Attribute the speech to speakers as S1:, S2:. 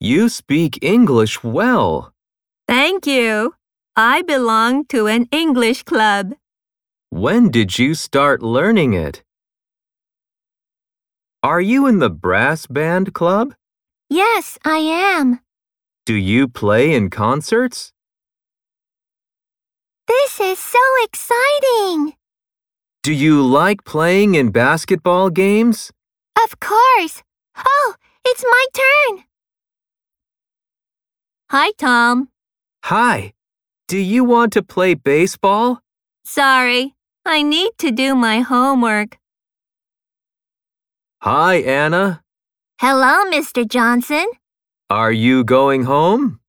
S1: You speak English well.
S2: Thank you. I belong to an English club.
S1: When did you start learning it? Are you in the brass band club?
S2: Yes, I am.
S1: Do you play in concerts?
S2: This is so exciting.
S1: Do you like playing in basketball games?
S2: Of course. Oh, it's my turn. Hi, Tom.
S1: Hi. Do you want to play baseball?
S2: Sorry, I need to do my homework.
S1: Hi, Anna.
S2: Hello, Mr. Johnson.
S1: Are you going home?